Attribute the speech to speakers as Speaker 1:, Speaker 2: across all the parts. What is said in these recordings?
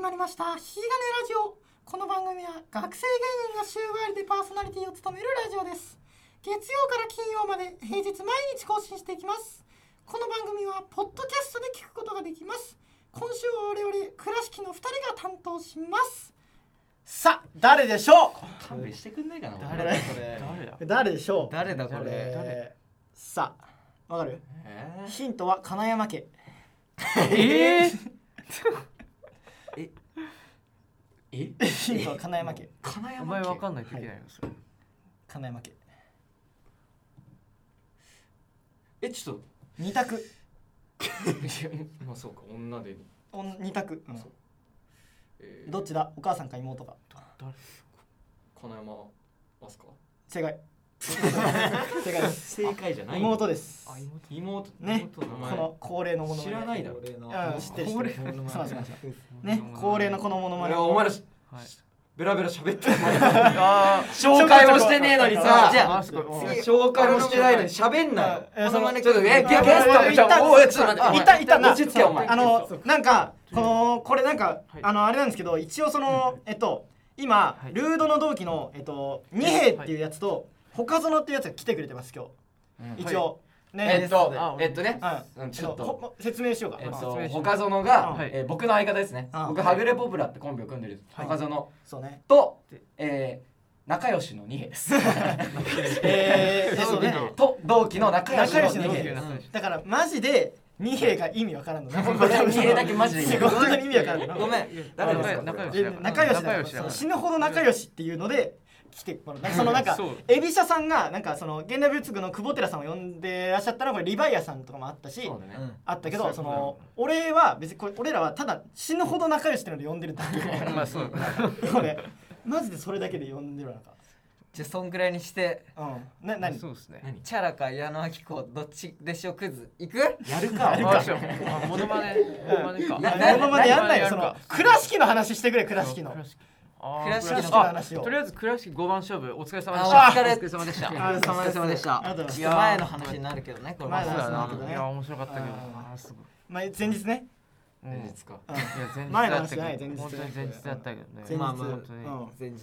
Speaker 1: まりました「ひがねラジオ」この番組は学生芸人が週替わりでパーソナリティを務めるラジオです月曜から金曜まで平日毎日更新していきますこの番組はポッドキャストで聞くことができます今週は我々倉敷の2人が担当します
Speaker 2: さあ誰でしょ
Speaker 3: 勘弁してくんないかな
Speaker 2: 誰だ
Speaker 3: これ
Speaker 4: 誰だ
Speaker 2: う誰でしょう
Speaker 3: 誰だこれ
Speaker 2: えーさあわかる
Speaker 3: えー
Speaker 2: ヒントは金山家
Speaker 4: え
Speaker 3: え
Speaker 2: ヒントは金山家
Speaker 3: 金
Speaker 4: ー、お
Speaker 3: 山
Speaker 4: 前
Speaker 3: 家
Speaker 4: わかんないといけないよそれ、
Speaker 2: 金山家
Speaker 3: えちょっ
Speaker 2: 二択
Speaker 3: といやまあそうか女で
Speaker 2: おん二択、うん
Speaker 3: そうえー
Speaker 2: どっちだお母さんか妹か
Speaker 3: 金山明日香
Speaker 2: 正 解正解です
Speaker 3: 正解じゃない
Speaker 2: 妹です
Speaker 4: あ妹
Speaker 3: 妹
Speaker 2: ね
Speaker 3: 妹の名
Speaker 2: こ
Speaker 3: 前
Speaker 2: の恒例のもの
Speaker 3: 知らないだろ
Speaker 2: うん知ってる知ってる
Speaker 4: 恒例の
Speaker 2: すいませんすいませんね恒例のこのものま
Speaker 3: い
Speaker 2: ね
Speaker 3: やお前らし
Speaker 4: はい
Speaker 3: ベラベラ喋って
Speaker 4: あ
Speaker 3: 紹介もしてねえのにさ
Speaker 2: じゃ
Speaker 4: あ
Speaker 2: あ
Speaker 4: あそこ
Speaker 3: 紹介もしてないのに喋んなよ
Speaker 2: えーその
Speaker 3: ちょっとねゲゲスト
Speaker 2: 一旦
Speaker 3: おいちょっと待って
Speaker 2: 一旦一旦な
Speaker 3: 落ち着けお前
Speaker 2: あのなんかこのこれなんか
Speaker 4: はい
Speaker 2: あのあれなんですけど一応そのえっと今
Speaker 4: はい
Speaker 2: ルードの同期のえっと二兵っていうやつと他園っていうやつが来てくれてます今
Speaker 3: うん
Speaker 2: 日一応ね
Speaker 3: えっと
Speaker 4: あ
Speaker 3: えっとね
Speaker 2: は
Speaker 3: うん
Speaker 2: い
Speaker 3: ちょっと
Speaker 2: ほ説明しようか
Speaker 3: えっ
Speaker 2: まあ
Speaker 3: と
Speaker 4: 説明します
Speaker 3: 他園が
Speaker 4: はい
Speaker 3: えー僕の相方ですね
Speaker 2: あ
Speaker 3: 僕はぐれポプラってコンビを組んでる
Speaker 2: はい
Speaker 3: 他園
Speaker 2: そうね
Speaker 3: とえー仲良しの二兵です
Speaker 2: えーえそうね
Speaker 3: と同期の仲良し
Speaker 2: 仲良しの
Speaker 3: の
Speaker 2: 二
Speaker 3: 二
Speaker 2: 兵
Speaker 3: 兵
Speaker 4: 同級の
Speaker 2: だからマジで二兵が意味わからんのね
Speaker 3: 二兵だけマジで意味 わ
Speaker 2: 本当に意味わからんの
Speaker 3: ごめん誰ですか
Speaker 4: 仲良し
Speaker 2: え仲良し
Speaker 4: 仲
Speaker 2: だ
Speaker 4: 良しだ
Speaker 2: そう死ぬほど仲良しっていうので来てもらったそのなんか
Speaker 4: そう
Speaker 2: エビシャさんがなんかその現代美術部の久保寺さんを呼んでらっしゃったらこれリヴァイアさんとかもあったし
Speaker 3: そうだね
Speaker 2: あったけ
Speaker 4: そう
Speaker 2: ど
Speaker 4: だ
Speaker 2: その俺は別にこれ俺らはただ死ぬほど仲良しっていうので呼んでるだけ
Speaker 4: まあそう
Speaker 2: これマジでそれだけで呼んでるわなんか
Speaker 5: じゃあそんぐらいにして
Speaker 2: うんな 何
Speaker 4: そうですね
Speaker 3: 何
Speaker 5: チャラか矢野明子どっちでしょうクズいく
Speaker 3: やるか
Speaker 4: あそうあモノマネモノマネか
Speaker 2: なな今までやんないよその
Speaker 4: か
Speaker 2: 倉敷の話してくれ倉敷の
Speaker 4: 倉敷あー
Speaker 5: 倉敷の
Speaker 2: 倉敷の話を
Speaker 4: とりあえず倉敷五番勝負お疲れ様でし
Speaker 5: あ
Speaker 4: た
Speaker 5: お疲れ
Speaker 4: 様でした
Speaker 2: ありがとうございますありがとうございます
Speaker 5: ちょっと前の話になるけどねこれ
Speaker 2: 前
Speaker 4: そうだ
Speaker 2: そうだ
Speaker 4: な
Speaker 2: ね
Speaker 4: いや面白かったけど
Speaker 2: あ
Speaker 4: あーすごい
Speaker 2: まあ前日ね
Speaker 4: うん
Speaker 3: 前
Speaker 4: いや
Speaker 3: 日か
Speaker 2: うん
Speaker 4: 前日
Speaker 2: 前の
Speaker 4: だっ
Speaker 2: 話
Speaker 4: た
Speaker 2: じゃない
Speaker 4: けど
Speaker 2: 前日
Speaker 4: 本当に前日だったけどね
Speaker 2: 前日
Speaker 5: まあまあ
Speaker 4: 本当に
Speaker 2: うん
Speaker 5: 前日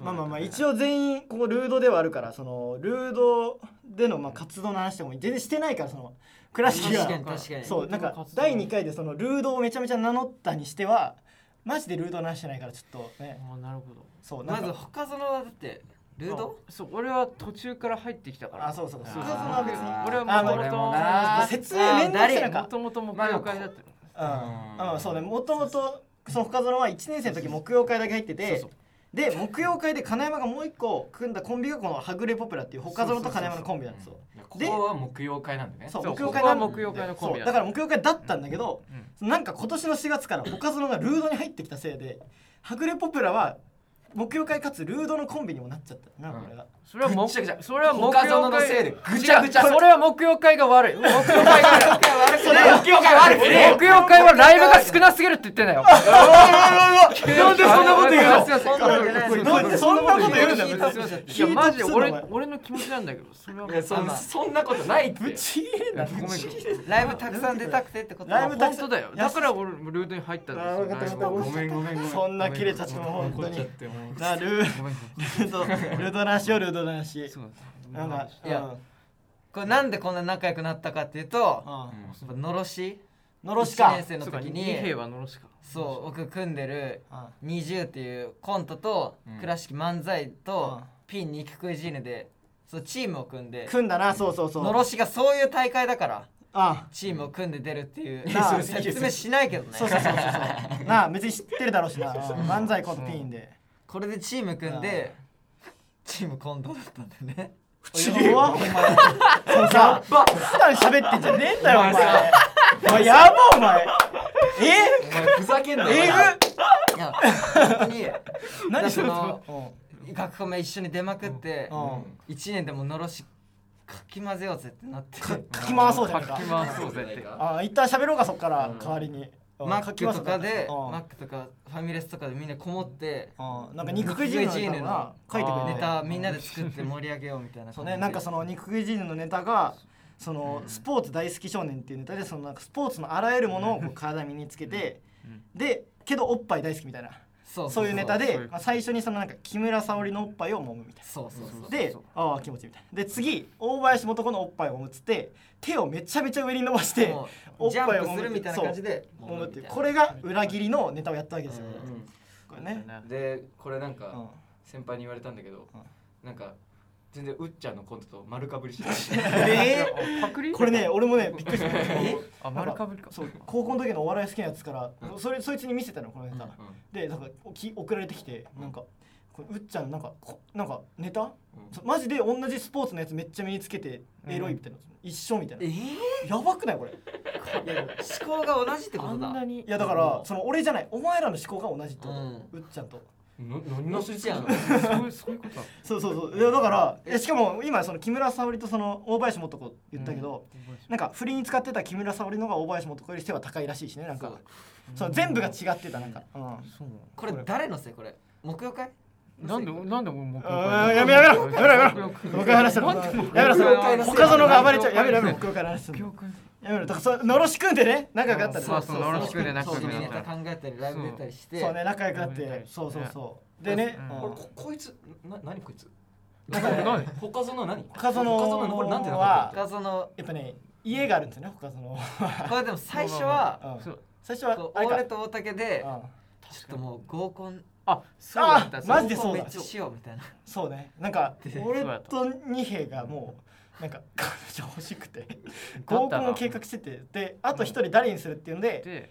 Speaker 2: まあまあまあ一
Speaker 4: 応
Speaker 2: 応全員ここルードではあるからそのルードでのまあ活動の話とかも全然してないからその倉敷
Speaker 5: 確か
Speaker 2: が
Speaker 5: に確かに
Speaker 2: そうなんか第2回でそのルードをめちゃめちゃ名乗ったにしてはマジでルードの話してないからちょっとね
Speaker 4: あーなるほど
Speaker 2: そうな
Speaker 5: ま
Speaker 2: んか
Speaker 5: ず他園はだってルード
Speaker 4: あそう俺は途中から入ってきたから
Speaker 2: あそうそう
Speaker 3: あ
Speaker 2: そ
Speaker 3: ー
Speaker 2: う他園は別に
Speaker 5: に
Speaker 4: 俺は
Speaker 2: あ
Speaker 4: も
Speaker 2: もう
Speaker 4: とも
Speaker 3: 俺
Speaker 4: と
Speaker 3: もな
Speaker 2: 説明面倒くせな
Speaker 4: も
Speaker 2: か
Speaker 4: ともと木曜会だったの
Speaker 2: うん、うん、そうねもともとその深園は1年生の時木曜会だけ入ってて
Speaker 4: そう
Speaker 2: で木曜会で金山がもう一個組んだコンビがこのはぐれポプラっていう他園と金山のコンビなんですよ
Speaker 3: ここは木曜会なんでね
Speaker 2: そう
Speaker 4: そう
Speaker 2: 木曜会
Speaker 4: ここは
Speaker 2: なんで
Speaker 4: 木曜会のコンビ
Speaker 2: そ
Speaker 4: だ
Speaker 2: うだから木曜会だったんだけど、
Speaker 4: うん
Speaker 2: なんか今年の4月から他園がルードに入ってきたせいではぐれポプラは木曜会かつルードのコンビにもなっちゃったなんかこれが、
Speaker 4: それは
Speaker 3: ぐ
Speaker 4: も
Speaker 3: っちゃぐちゃ
Speaker 4: それは木
Speaker 3: 他
Speaker 4: 曜
Speaker 3: 園
Speaker 4: 会
Speaker 3: のせいでぐちゃぐちゃ
Speaker 4: 違うそれは木曜会が悪い木曜会が悪
Speaker 2: それが
Speaker 3: 木曜会悪く
Speaker 4: い木曜会はライブが少なすぎるって言ってんだよなんでそんなこと言うの
Speaker 5: そんなわけない
Speaker 2: おいなんでそんなこと言うんだよ
Speaker 5: 聞い
Speaker 2: 別
Speaker 5: たすい
Speaker 2: に
Speaker 5: ませ
Speaker 4: いやマ
Speaker 5: ん
Speaker 4: ジで
Speaker 2: 聞いたっつう
Speaker 4: 俺
Speaker 2: のお前
Speaker 4: 俺の気持ちなんだけどそれは
Speaker 3: ねそんそんなことないって
Speaker 2: ぶち切れんな
Speaker 3: ごめんごめん
Speaker 5: ライブたくさん出たくてってこと
Speaker 2: ライブ
Speaker 4: 本当だよだから俺ルートに入ったん
Speaker 2: あーわかった
Speaker 4: で
Speaker 2: わ
Speaker 4: す
Speaker 2: かった
Speaker 4: よライブ
Speaker 2: ご
Speaker 4: が
Speaker 2: めん
Speaker 3: ごめんごめん
Speaker 2: そんな切れちゃってもう本当になルー
Speaker 4: ごめん
Speaker 2: ルードルードの話よルードの話
Speaker 4: そう
Speaker 2: なんか
Speaker 5: いやこれなんでこんな仲良くなったかっていうと
Speaker 2: うんうん
Speaker 5: やっぱのろし
Speaker 2: のろしか
Speaker 5: 1年生の
Speaker 4: そうか
Speaker 5: 時
Speaker 4: 二
Speaker 5: に
Speaker 4: 兵はのろしか
Speaker 5: そう僕組んでる
Speaker 2: うん
Speaker 5: 20っていうコントと
Speaker 3: うん
Speaker 5: 倉敷漫才
Speaker 2: う
Speaker 5: と
Speaker 2: ん
Speaker 5: ピン肉食いジーヌでそうチームを組んで
Speaker 2: 組んだなそうそうそう
Speaker 5: のろしがそういう大会だから
Speaker 2: あ
Speaker 5: チームを組んで出るっていう
Speaker 2: なあ
Speaker 5: 説明しないけどね
Speaker 2: そうそうそうそうそうなあ別に知ってるだろうしなうん漫才ことピンで
Speaker 5: これでチーム組んでチーム今度だったんだよね
Speaker 2: ちげえわお前そのさ普段喋ってんじゃねえんだよお前
Speaker 3: お前さ
Speaker 2: お前やばお前え
Speaker 3: お前ふざけんな
Speaker 2: え
Speaker 3: よ
Speaker 5: いや本当に
Speaker 2: ぐ何それ
Speaker 5: だから
Speaker 2: その
Speaker 5: 学校も一緒に出まくって
Speaker 2: うんうん
Speaker 5: 1年でものろしかき混ぜようぜってなって
Speaker 2: かき回そうじゃ
Speaker 4: 書
Speaker 2: ん
Speaker 4: き
Speaker 2: か
Speaker 4: 回そうぜって
Speaker 2: ああ一旦喋ろうかそっから
Speaker 3: うん
Speaker 2: 代わりにうん
Speaker 5: マックとかで
Speaker 2: うん
Speaker 5: マックとかファミレスとかでみんなこもって
Speaker 2: うんなんか肉食いジーヌのな書いてくれ
Speaker 4: あー
Speaker 2: て
Speaker 5: ネタみんなで作って盛り上げようみたいな
Speaker 2: そ
Speaker 5: 感
Speaker 2: う
Speaker 5: じで
Speaker 2: ね、なんかその肉食いジーンのネタがその
Speaker 3: うん
Speaker 2: スポーツ大好き少年っていうネタでそのなんかスポーツのあらゆるものをこう体に身につけて、
Speaker 4: うん
Speaker 2: でけどおっぱい大好きみたいな
Speaker 5: そ
Speaker 2: そういうネタ
Speaker 4: そう
Speaker 2: で
Speaker 4: そう、
Speaker 2: まあ、最初にそのなんか木村沙織のおっぱいを揉むみたい
Speaker 5: そうそうそう
Speaker 2: なでああ気持ちいいみたいなで次大林素子のおっぱいを揉むっつって手をめちゃめちゃ上に伸ばして
Speaker 5: も
Speaker 2: お
Speaker 5: う
Speaker 2: っ
Speaker 5: ジャ
Speaker 2: ぱいを
Speaker 5: ンプ
Speaker 2: 揉む
Speaker 5: するみたいな感じで
Speaker 2: 揉むっていう
Speaker 5: 揉
Speaker 2: これが裏切りのネタをやったわけですよ、
Speaker 5: うん
Speaker 3: うん
Speaker 2: これね、
Speaker 3: でこれなんか、
Speaker 2: うん
Speaker 3: 先輩に言われたんだけど、
Speaker 2: うん
Speaker 3: なんか全然うっちゃんのコントと丸かぶりしてた
Speaker 2: え
Speaker 4: パクリ
Speaker 2: ーこれね俺もねびっくりした
Speaker 4: あ丸かぶりか
Speaker 2: そう高校の時のお笑い好きなやつから、
Speaker 3: うん
Speaker 2: それそいつに見せたのこのネタ、
Speaker 3: うん
Speaker 2: でなんかおき送られてきてなんかこううっちゃんなんかこなんかネタ
Speaker 3: うん
Speaker 2: そうマジで同じスポーツのやつめっちゃ身につけてエロいみたいな、一緒みたいな、
Speaker 5: え
Speaker 2: やばくないこれい
Speaker 5: え思考が同じってことだ
Speaker 4: に
Speaker 2: やだからその俺じゃないお前らの思考が同じってこと、
Speaker 5: う
Speaker 2: うっちゃんと
Speaker 3: な何のスイッチなの
Speaker 4: そういうそういうことだ
Speaker 2: そうそうそういやだからえしかも今その木村沙織とその大林素子 言ったけど、なんか振りに使ってた木村沙織の方が大林素子より背は高いらしいしねなんか
Speaker 5: そう
Speaker 2: そう全部が違ってたなんか、うん
Speaker 4: そう
Speaker 5: これ誰のせいこれ木曜会
Speaker 4: なんでなんで俺もう
Speaker 2: あーやめろやめろやめろやめろ僕が話したの
Speaker 4: なんで
Speaker 2: やめろそれ
Speaker 5: 僕が話した
Speaker 2: 他園が暴れちゃうやめろやめろ僕が話したの
Speaker 4: 記憶
Speaker 2: やめろだからそうのろしくんでね仲良くなったんだ
Speaker 4: そうそう
Speaker 2: そう
Speaker 4: よろしくね仲良
Speaker 5: そう
Speaker 4: くなった
Speaker 5: ネタ考えたりライブ出たりして
Speaker 2: そうね仲良くなっ
Speaker 4: 仲良くなってて
Speaker 2: そうそうそうでね
Speaker 4: うん
Speaker 2: うん
Speaker 3: 俺ここいつな何こいつ
Speaker 4: なんかなんで
Speaker 3: 他園何
Speaker 2: 他園
Speaker 3: のこれなんて名前だっけ
Speaker 5: がその
Speaker 2: やっぱね家があるんですよね他園は
Speaker 5: これでも最初は
Speaker 2: うん
Speaker 4: そう
Speaker 2: 最初
Speaker 5: こ
Speaker 2: は
Speaker 5: う
Speaker 2: あれ
Speaker 5: 俺
Speaker 2: か
Speaker 5: と大竹で
Speaker 2: うん
Speaker 5: ちょっともう合コン
Speaker 4: あそうだった
Speaker 2: あ
Speaker 4: そう
Speaker 2: マジでそう
Speaker 5: 合コン
Speaker 2: だ
Speaker 5: めっちゃしようみたいな
Speaker 2: そうねなんか
Speaker 5: で
Speaker 2: 俺
Speaker 4: そうだった
Speaker 2: と二兵がもうなんか彼女欲しくて合コンを計画しててであと一人誰にするっていうんで
Speaker 4: で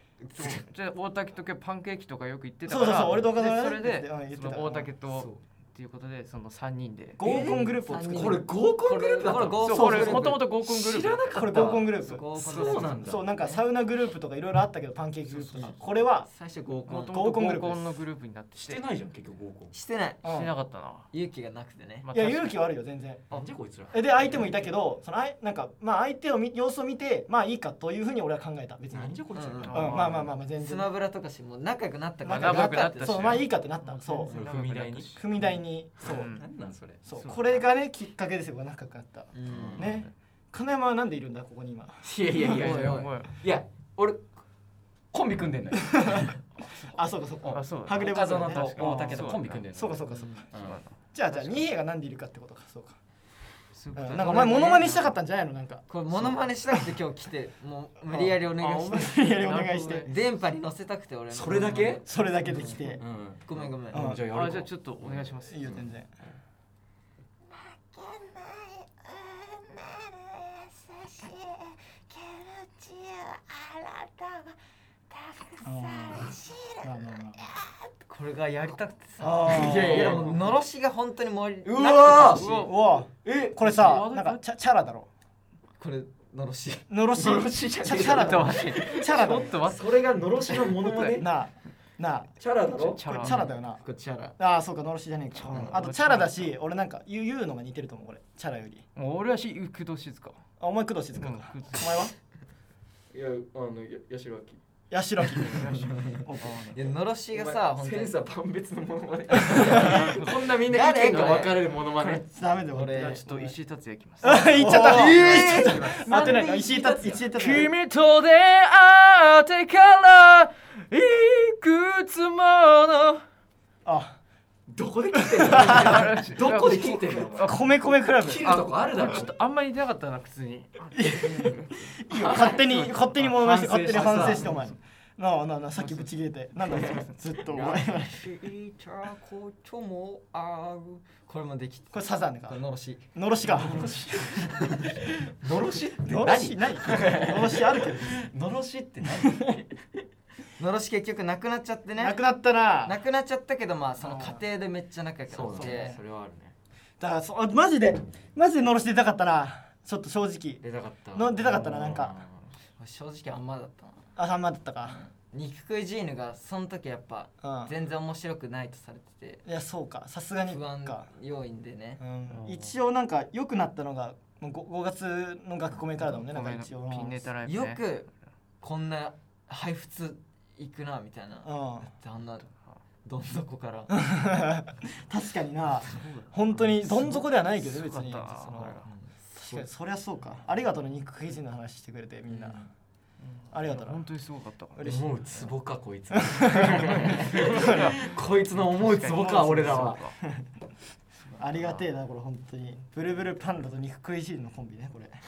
Speaker 4: じゃあ大竹と今日パンケーキとかよく行ってた
Speaker 2: そ
Speaker 4: か
Speaker 2: う
Speaker 4: ら
Speaker 2: そうそう俺と岡
Speaker 4: で
Speaker 2: 園
Speaker 4: そ
Speaker 2: が
Speaker 4: れ
Speaker 2: ね
Speaker 4: で
Speaker 2: うん言って
Speaker 4: そ
Speaker 2: た
Speaker 4: の大竹
Speaker 5: そう
Speaker 4: とっていうことでその三人で
Speaker 2: 合コングループを作っ
Speaker 5: え
Speaker 2: て
Speaker 5: ー
Speaker 3: これ合コングループだった
Speaker 5: これ合コン
Speaker 4: そう
Speaker 5: そう
Speaker 4: これ
Speaker 5: そう
Speaker 4: もともと合コングループ
Speaker 3: 知らなかった
Speaker 2: これ合コングループ
Speaker 5: 合コン
Speaker 3: そうなんだ
Speaker 2: そうなんかサウナグループとかいろいろあったけどパンケーキグループとかこれは
Speaker 5: 最初合コ
Speaker 4: も
Speaker 5: ン
Speaker 4: ともと
Speaker 2: 合コング
Speaker 4: 合
Speaker 2: ループで
Speaker 4: コ
Speaker 2: す
Speaker 4: ンのグループになってて
Speaker 3: してないじゃん結局合コン
Speaker 5: してない
Speaker 2: うん
Speaker 4: してなかったな
Speaker 5: 勇気がなくてね
Speaker 4: まあ
Speaker 2: いや
Speaker 4: 確か
Speaker 2: 勇
Speaker 4: に
Speaker 2: 気はあるよ全然
Speaker 3: あじゃあこいつら
Speaker 2: えで相手もいたけどそのあいなんかまあ相手をみ様子を見てまあいいかというふうに俺は考えた別に
Speaker 3: なんじゃこいつら
Speaker 5: うんうん
Speaker 2: うんまあまあまあまあ全
Speaker 5: ス
Speaker 2: 然
Speaker 5: マブラとかしもう仲良くなったから
Speaker 4: 仲良くなったし
Speaker 2: そうまあいいかってなったそ
Speaker 3: そう踏み台に
Speaker 2: う踏み台にそう
Speaker 4: うん
Speaker 3: 何なんそれ
Speaker 2: そう
Speaker 4: そう
Speaker 2: これがねきっかけですよ仲良くなった
Speaker 5: うん
Speaker 2: ね金山はなんでいるんだここに今
Speaker 3: いやいやいや
Speaker 5: お
Speaker 3: い
Speaker 5: い
Speaker 3: や
Speaker 5: お
Speaker 4: お前
Speaker 3: いや俺コンビ組んでんだよ
Speaker 2: あそうかそうか
Speaker 4: あそうだ
Speaker 2: はぐれ
Speaker 3: 他
Speaker 2: 坊主
Speaker 3: 園
Speaker 2: だね
Speaker 3: と大竹とコンビ組んでんだよ
Speaker 2: そうかそうかそうか
Speaker 3: うん
Speaker 2: じゃあじゃあ二兵がなんでいるかってことかそうか
Speaker 4: そういう
Speaker 2: う
Speaker 4: こと
Speaker 2: んな
Speaker 4: だ
Speaker 2: んかお前モノマネしたかったんじゃないのなんか
Speaker 5: これモノマネしたくて今日来てもう無理やりお願いし て
Speaker 2: いやいやお願いし
Speaker 4: なる
Speaker 2: て
Speaker 4: ほどね
Speaker 5: 電波に乗せたくて俺の
Speaker 3: それだけ
Speaker 2: それだけで来て
Speaker 3: うん
Speaker 5: ごめんごめん
Speaker 2: うん
Speaker 3: うんじゃあやるか
Speaker 4: あじゃあちょっとお願いします
Speaker 2: いいよ全然まあまあま
Speaker 5: これがやりたくてさ
Speaker 2: ああー
Speaker 3: いや
Speaker 5: い
Speaker 3: い
Speaker 5: や
Speaker 3: や
Speaker 5: もうのろしが本当に盛り
Speaker 3: うわー
Speaker 5: なくて
Speaker 2: う
Speaker 5: ほしい
Speaker 2: わうわ
Speaker 3: え
Speaker 2: これさなんかチャチャラだろ
Speaker 5: これのろし
Speaker 2: のろし
Speaker 3: のろしじゃねえ
Speaker 2: チャラ
Speaker 4: ちょ
Speaker 2: だろ
Speaker 4: っと待って
Speaker 2: チャラだ
Speaker 4: ちょ
Speaker 2: ろ
Speaker 4: っと待って
Speaker 3: それがのろしのモノマネ
Speaker 2: なあなあ
Speaker 3: チャラだろ
Speaker 4: チ
Speaker 2: こ
Speaker 4: ャ
Speaker 2: れ
Speaker 4: ラ
Speaker 2: チャラだよな
Speaker 5: これチャラ
Speaker 2: ああそうかのろしじゃねえか
Speaker 4: うん
Speaker 2: あとチャラだし俺なんか言う言うのが似てると思うこれチャラより
Speaker 4: もう俺はし工藤 静香
Speaker 2: あお前工藤静香か
Speaker 4: うん
Speaker 2: お前はい
Speaker 3: やあのや八代亜紀
Speaker 2: 八 代亜紀
Speaker 5: いやのろしがさ
Speaker 3: お
Speaker 5: 本
Speaker 3: 前
Speaker 5: 当
Speaker 3: セン
Speaker 5: に
Speaker 3: サー万別のものまねこんなみんな意見が分かれるものまね
Speaker 2: ダメだよ
Speaker 5: これ
Speaker 4: じゃあ
Speaker 2: 俺
Speaker 4: ちょっと石井達也いきます
Speaker 2: あ言っちゃったええ待ってない
Speaker 5: なんで
Speaker 2: 石井達石井達
Speaker 4: 君と出会ってからいくつもの
Speaker 2: あ
Speaker 3: どこで聞いてんのどこで聞いてんのお
Speaker 2: 米
Speaker 3: 前
Speaker 2: 米クラブ
Speaker 3: 切るとこあるだろ
Speaker 4: ちょっとあんまり出なかったな普通に
Speaker 2: いいよ勝手に勝手に物まして勝
Speaker 3: 反省
Speaker 2: 手に反省
Speaker 3: した
Speaker 2: してお前なあなあなあさっきぶち切れてなんだずっとお前
Speaker 5: 聞いたこともあるこれもできて
Speaker 2: これサザンで
Speaker 5: こ
Speaker 2: か
Speaker 5: れのろし
Speaker 2: のろしか
Speaker 3: のろしって
Speaker 2: のろしないのろしあるけど
Speaker 3: のろしって何
Speaker 5: のろし結局なくなっちゃって
Speaker 2: な
Speaker 5: ね
Speaker 2: くなったな
Speaker 5: なくなっちゃったけどまあその
Speaker 2: あ
Speaker 5: 過
Speaker 2: ー
Speaker 5: 程でめっちゃ仲良くなっ
Speaker 3: ね
Speaker 5: て
Speaker 3: それはあるね
Speaker 2: だからそマジでマジでのろし出たかったなちょっと正直
Speaker 3: 出たかった
Speaker 2: の出たかったななんか
Speaker 5: 俺正直あんまだったな
Speaker 2: あさんまだったか
Speaker 5: 肉食いジーヌがその時やっぱ
Speaker 2: うん
Speaker 5: 全然面白くないとされて
Speaker 2: いやそうかさすが
Speaker 5: て
Speaker 2: に
Speaker 5: 不安
Speaker 2: か
Speaker 5: 要因でね
Speaker 2: うん一応なんか良くなったのがもう 5, 月の学校名からだもんねなんか一
Speaker 4: ご
Speaker 2: 応
Speaker 4: めんなピンネタライブね
Speaker 5: よくこんな配布通行くなみたいな
Speaker 2: う
Speaker 5: だ
Speaker 2: ん
Speaker 5: ってあんなどん底から
Speaker 2: 確かにな本当にどん底ではないけど別に
Speaker 4: すごかったな
Speaker 2: そ
Speaker 4: これ
Speaker 2: の
Speaker 4: が
Speaker 2: 確かにそりゃそうかありがとうの肉食い人の話してくれてみんな、
Speaker 5: う
Speaker 2: ありがとうな
Speaker 4: 本当にすご かったから
Speaker 2: 嬉しい
Speaker 3: 思うツボかこいつ こいつの思うツボか俺らは
Speaker 2: ありがてえなこれ本当にブルブルパンダと肉食いしんのコンビねこれ
Speaker 4: 確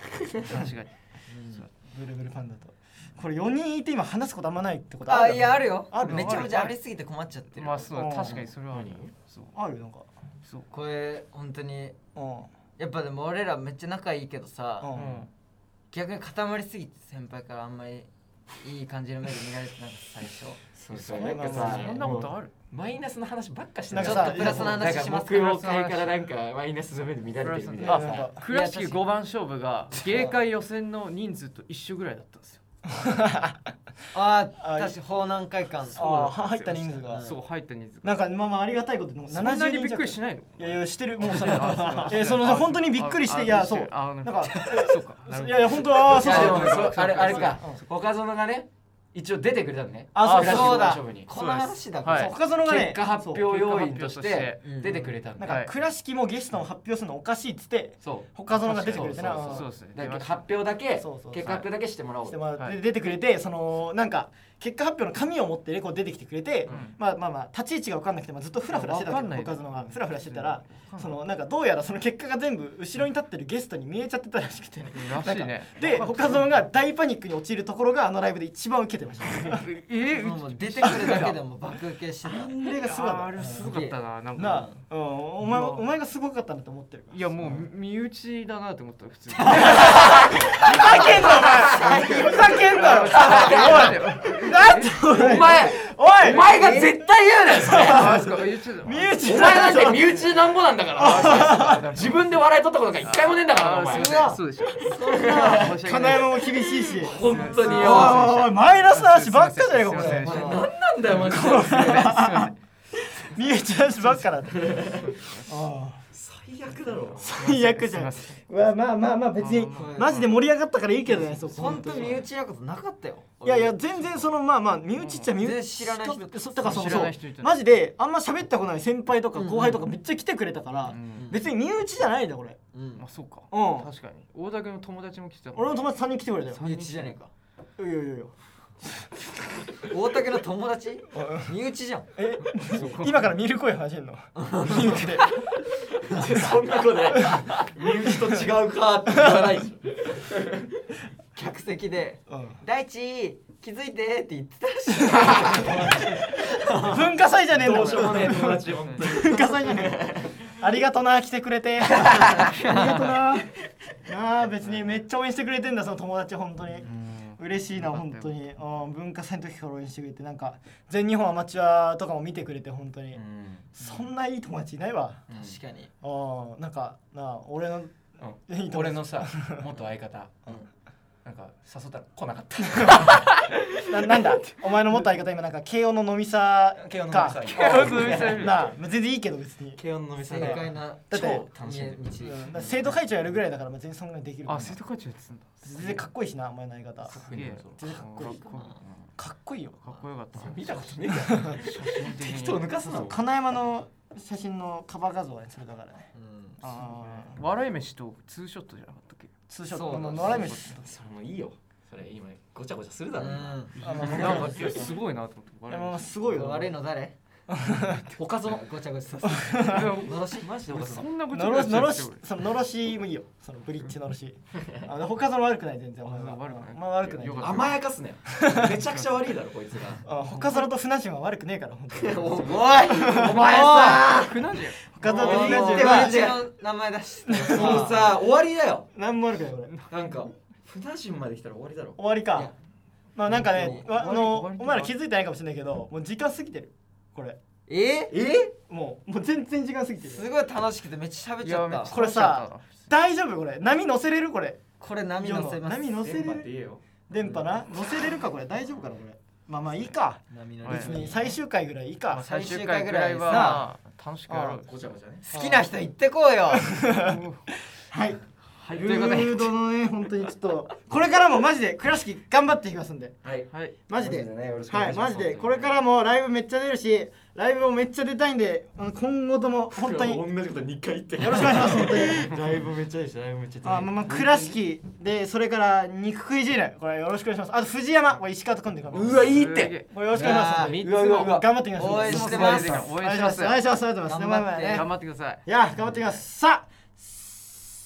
Speaker 4: かに
Speaker 2: ブルブルパンダとこれ4人いて今話すことあんまないってこと
Speaker 5: あ
Speaker 2: ある
Speaker 5: いやあるよ
Speaker 2: ある
Speaker 5: めちゃめちゃありすぎて困っちゃってる、
Speaker 4: まあそううん確かにそれはあるよそう
Speaker 2: あるなんか
Speaker 4: そう
Speaker 5: これ本当に
Speaker 2: うん
Speaker 5: やっぱでも俺らめっちゃ仲いいけどさ、
Speaker 2: うん
Speaker 5: 逆に固まりすぎて先輩からあんまりいい感じの目で見られてなかった最初
Speaker 3: そう
Speaker 2: そ
Speaker 3: そううなんかさ
Speaker 4: そんなことある
Speaker 3: マイナスの話ばっかして
Speaker 2: なん
Speaker 5: ちょ
Speaker 2: か
Speaker 5: っ
Speaker 2: さ
Speaker 5: とプラスの話します
Speaker 3: か
Speaker 5: からら
Speaker 3: なんか木曜会からなんかマイナスの目で見られてるみたい
Speaker 2: あ
Speaker 3: な
Speaker 2: なん
Speaker 3: さ
Speaker 2: か
Speaker 4: 倉敷5番勝負が芸会予選の人数と一緒ぐらいだったんですよ
Speaker 5: あ
Speaker 2: あ
Speaker 5: あ確か方南会館
Speaker 2: あーは入った人数
Speaker 5: うん
Speaker 2: が
Speaker 4: そう入った人数が
Speaker 2: なんかまあまあありがたいことでも
Speaker 4: そんな
Speaker 2: 70人
Speaker 4: にびっくり
Speaker 2: 弱
Speaker 4: しないの
Speaker 2: いやいやしてるもうそれ
Speaker 4: あ
Speaker 2: えその本当にびっくりしていやそう
Speaker 4: ああなん
Speaker 2: なん
Speaker 4: か
Speaker 2: か
Speaker 4: そうかなるほど
Speaker 2: いやいや本当ああ
Speaker 3: い
Speaker 2: そう
Speaker 3: や
Speaker 2: そ
Speaker 3: で
Speaker 2: う
Speaker 3: も
Speaker 4: そう
Speaker 3: そうあれあれか
Speaker 2: うん
Speaker 3: 岡園がね一応出てくれたのね
Speaker 2: あそう
Speaker 3: 倉敷
Speaker 5: そ
Speaker 3: 五
Speaker 5: うだ
Speaker 3: 番勝負に
Speaker 5: この話だ
Speaker 4: はい
Speaker 2: 岡園がね
Speaker 3: 結果発表要員とし
Speaker 4: そう結果発
Speaker 3: て
Speaker 5: 表として
Speaker 3: 出てくれたん
Speaker 2: なん
Speaker 3: だ
Speaker 2: か倉敷もゲストを発表するのおかしいっつって
Speaker 3: そ
Speaker 2: 岡園が出てくれてな
Speaker 3: そうそう
Speaker 4: そううんですね
Speaker 3: うだから発表だけ結
Speaker 2: そうそうそう
Speaker 3: 果発表だけしてもらおう
Speaker 2: してもらって
Speaker 4: はい
Speaker 2: 出てくれてそのなんか結果発表の紙を持ってねこう出てきてくれて
Speaker 4: うん
Speaker 2: まあまあまあ立ち位置が分かんなくてまあずっとフラフラしてたわけ
Speaker 4: わかんない
Speaker 2: 岡園がフラフラしてたらそのなんかどうやらその結果が全部後ろに立ってるゲストに見えちゃってたらしくて
Speaker 4: らしいね
Speaker 2: で岡園が大パニックに陥るところがあのライブで一番受けてました
Speaker 4: え
Speaker 5: もう出てくるだけでも爆受けしてた
Speaker 2: あれがすご
Speaker 4: あ
Speaker 2: か
Speaker 4: あれす
Speaker 2: っ
Speaker 4: ごかったななん
Speaker 2: たな
Speaker 4: か
Speaker 2: あうんお前も
Speaker 4: うん
Speaker 2: お前がすごかったなと思ってるから
Speaker 4: いやもう身内だなと思った普 通に
Speaker 2: ふざけんなお前ふざけんなよ
Speaker 3: お前
Speaker 2: おい
Speaker 3: お前が絶対言うなよそれ
Speaker 4: あそうか YouTube
Speaker 2: 身内
Speaker 3: お前なんて身内なんぼなんだから 自分で笑い取ったことが一回もねえんだからお前
Speaker 4: あそうでしょ申し訳
Speaker 2: 金
Speaker 4: ない
Speaker 2: 山も厳しいし
Speaker 3: 本当に
Speaker 2: おい
Speaker 3: よ
Speaker 2: おいおいマイナスの話ばっかじゃないかこ
Speaker 4: すいませ
Speaker 2: れ
Speaker 4: んすいま
Speaker 3: なんだよマジで
Speaker 2: 身内の話ばっかだってああ
Speaker 3: 最悪だろ
Speaker 2: 最悪じゃんうわまあまあまあ別にマジで盛り上がったからいいけどねそう
Speaker 5: 本当身内なことなかったよ
Speaker 2: いやいや全然そのまあまあ身内っちゃ身
Speaker 5: 全然
Speaker 2: 内
Speaker 5: 知らない人
Speaker 2: とそうだからその
Speaker 4: 知ら
Speaker 2: そ
Speaker 4: ない人いた
Speaker 2: う
Speaker 4: ね
Speaker 2: マジであんま喋ったことない先輩とか後輩とかめっちゃ来てくれたから別に身内じゃないんだこれ
Speaker 5: うん
Speaker 4: まあそうか
Speaker 2: うん
Speaker 4: 確かに大竹の友達も来てた
Speaker 2: 俺の友達3人来てくれたよ
Speaker 5: 身内じゃねえか
Speaker 2: いやいやいや
Speaker 5: 大竹の友達身内じゃん
Speaker 2: え今から見る声始めん のミルクで
Speaker 3: そんなことない身内と違うかって言わないし
Speaker 5: 客席で
Speaker 2: うん
Speaker 5: 「大地気づいて」って言ってたらしい
Speaker 2: 文化祭じゃねえんだ
Speaker 3: ど
Speaker 2: も
Speaker 3: うしようも
Speaker 2: ん
Speaker 3: ねえ友達本当に
Speaker 2: 文化祭じゃねえありがとな来てくれてありがとななあ別にめっちゃ応援してくれてんだその友達本当に嬉しいな
Speaker 4: よかっ
Speaker 2: 本
Speaker 4: たよ
Speaker 2: 当にうん文化祭の時から応援してくれてなんか全日本アマチュアとかも見てくれて本当にそんないい友達いないわ
Speaker 5: 確かに
Speaker 2: あなんかなあ俺のいい友達
Speaker 3: 俺のさ元相方なんか誘ったら来なかった
Speaker 2: ななんだお前の元相方今なんか慶応の飲みさ
Speaker 3: 慶応の飲みさ
Speaker 2: か
Speaker 4: 慶応の飲みさ
Speaker 2: なあ全然いいけど別に
Speaker 3: 慶応の飲み
Speaker 5: 正
Speaker 3: だよ
Speaker 5: 解な
Speaker 2: だって
Speaker 5: 超
Speaker 3: 楽しんで
Speaker 5: 見え
Speaker 2: うんだか
Speaker 5: 道
Speaker 2: ら生徒会長やるぐらいだからまあ全然そんぐらいできるか
Speaker 4: あ
Speaker 2: な
Speaker 4: 生徒会長やってたんだ
Speaker 2: 全然かっこいいしなお前の相方
Speaker 3: かっこ
Speaker 4: す
Speaker 3: い
Speaker 4: げ
Speaker 3: い
Speaker 4: え
Speaker 3: よ
Speaker 2: 全然かっこいい
Speaker 4: かっこ
Speaker 2: かっこいいよ
Speaker 4: かっこよかった
Speaker 3: 見たことねえから
Speaker 4: 写真的に
Speaker 3: 人を抜かすな
Speaker 2: 金山の写真のカバー画像はねそれだからね
Speaker 5: うん
Speaker 2: ああ
Speaker 4: 笑い飯とツーショットじゃなかったっけ
Speaker 2: 通称
Speaker 5: そうだ
Speaker 2: 野良飯
Speaker 3: それもいいよそれ今ごちゃごちゃするだ
Speaker 5: う
Speaker 3: ろ
Speaker 5: ん
Speaker 2: あまあまあ
Speaker 4: なんかいやすごいなと思って
Speaker 2: いや
Speaker 4: 笑
Speaker 2: ま
Speaker 4: い
Speaker 2: あすごいよ
Speaker 5: 悪いの誰
Speaker 3: 他園
Speaker 5: ごちゃごちゃさせてのろしマジで
Speaker 4: 飯そんなこと
Speaker 2: のろしのろしそののろしもいいよそのブリッジのろしあの他の悪くない全然お前は
Speaker 4: あ悪くない
Speaker 2: まあ悪くない
Speaker 4: よかった
Speaker 3: 甘やかすねめちゃくちゃ悪いだろこいつが
Speaker 2: あ他園と船島は悪くねえから本当に
Speaker 5: おいお前
Speaker 4: あ
Speaker 5: さ
Speaker 4: くなんじゃ
Speaker 2: 他園と船
Speaker 5: 言っ
Speaker 2: 島
Speaker 5: て
Speaker 2: は
Speaker 5: マジの名前出して
Speaker 3: もうさ終わりだよ
Speaker 2: 何も悪くない俺
Speaker 3: なんか船島まで来たら終わりだろ
Speaker 2: 終わり
Speaker 5: い
Speaker 2: か
Speaker 5: や
Speaker 2: まあなんかね
Speaker 5: 本
Speaker 2: わあの
Speaker 4: 終わり終わり
Speaker 2: お前ら気づいてないかもしれないけどもう時間過ぎてるこれ
Speaker 5: え
Speaker 3: え
Speaker 2: もうもう全然時間過ぎてる
Speaker 5: すごい楽しくてめっちゃ喋
Speaker 4: ん
Speaker 5: っちゃった
Speaker 2: これさ大丈夫これ波乗せれるこれ
Speaker 5: これ波乗せます
Speaker 2: 波乗せれ
Speaker 3: 電波って
Speaker 2: る
Speaker 3: 言えよ
Speaker 2: 電波な乗せれるかこれ大丈夫かなこれまあまあいいか
Speaker 5: 波乗
Speaker 4: はい
Speaker 2: 別に最終回ぐらいいいか
Speaker 4: 最終回ぐらいは楽しくやろう
Speaker 3: ごちゃごちゃね
Speaker 5: 好きな人行ってこうよ
Speaker 2: はい
Speaker 4: はいと
Speaker 2: ル
Speaker 4: いうことで
Speaker 2: ードのね本当にちょっとこれからもマジで倉敷頑張っていきますんで
Speaker 3: はい
Speaker 4: はい
Speaker 2: マジで
Speaker 3: ねよろしくお願
Speaker 2: はいい
Speaker 3: しま
Speaker 2: マ
Speaker 3: す
Speaker 2: ジでこれからもライブめっちゃ出るしライブもめっちゃ出たいんであの今後とも本当によ
Speaker 3: 同じこと2回言って
Speaker 2: ろしくお願いします本当に
Speaker 3: ライブめっちゃいいしライブめっちゃいい
Speaker 2: あまあまあ倉敷でそれから肉食いジールこれよろしくお願いしますあと藤山これ石川と組んでるから
Speaker 3: うわいいっ
Speaker 4: すげ
Speaker 3: て
Speaker 4: え
Speaker 2: これよろしくお願いします
Speaker 3: うわうわうわ
Speaker 2: 頑張っていきます
Speaker 5: 応援してます
Speaker 2: お
Speaker 4: 応
Speaker 2: 願
Speaker 4: 援
Speaker 2: い
Speaker 4: し
Speaker 2: し
Speaker 4: ま
Speaker 2: ますすお願いしますありがとうございます
Speaker 5: 頑張って
Speaker 2: ね
Speaker 4: 頑張ってください
Speaker 2: いや頑張っていきますさあ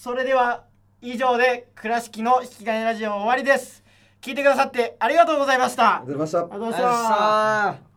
Speaker 2: それでは以上で倉敷の引き金ラジオ終わりです聞いてくださってありがとうございましたあり
Speaker 6: 出ました
Speaker 2: がとうご
Speaker 5: ありがとう
Speaker 2: ざいま
Speaker 5: ございま
Speaker 2: し
Speaker 5: したた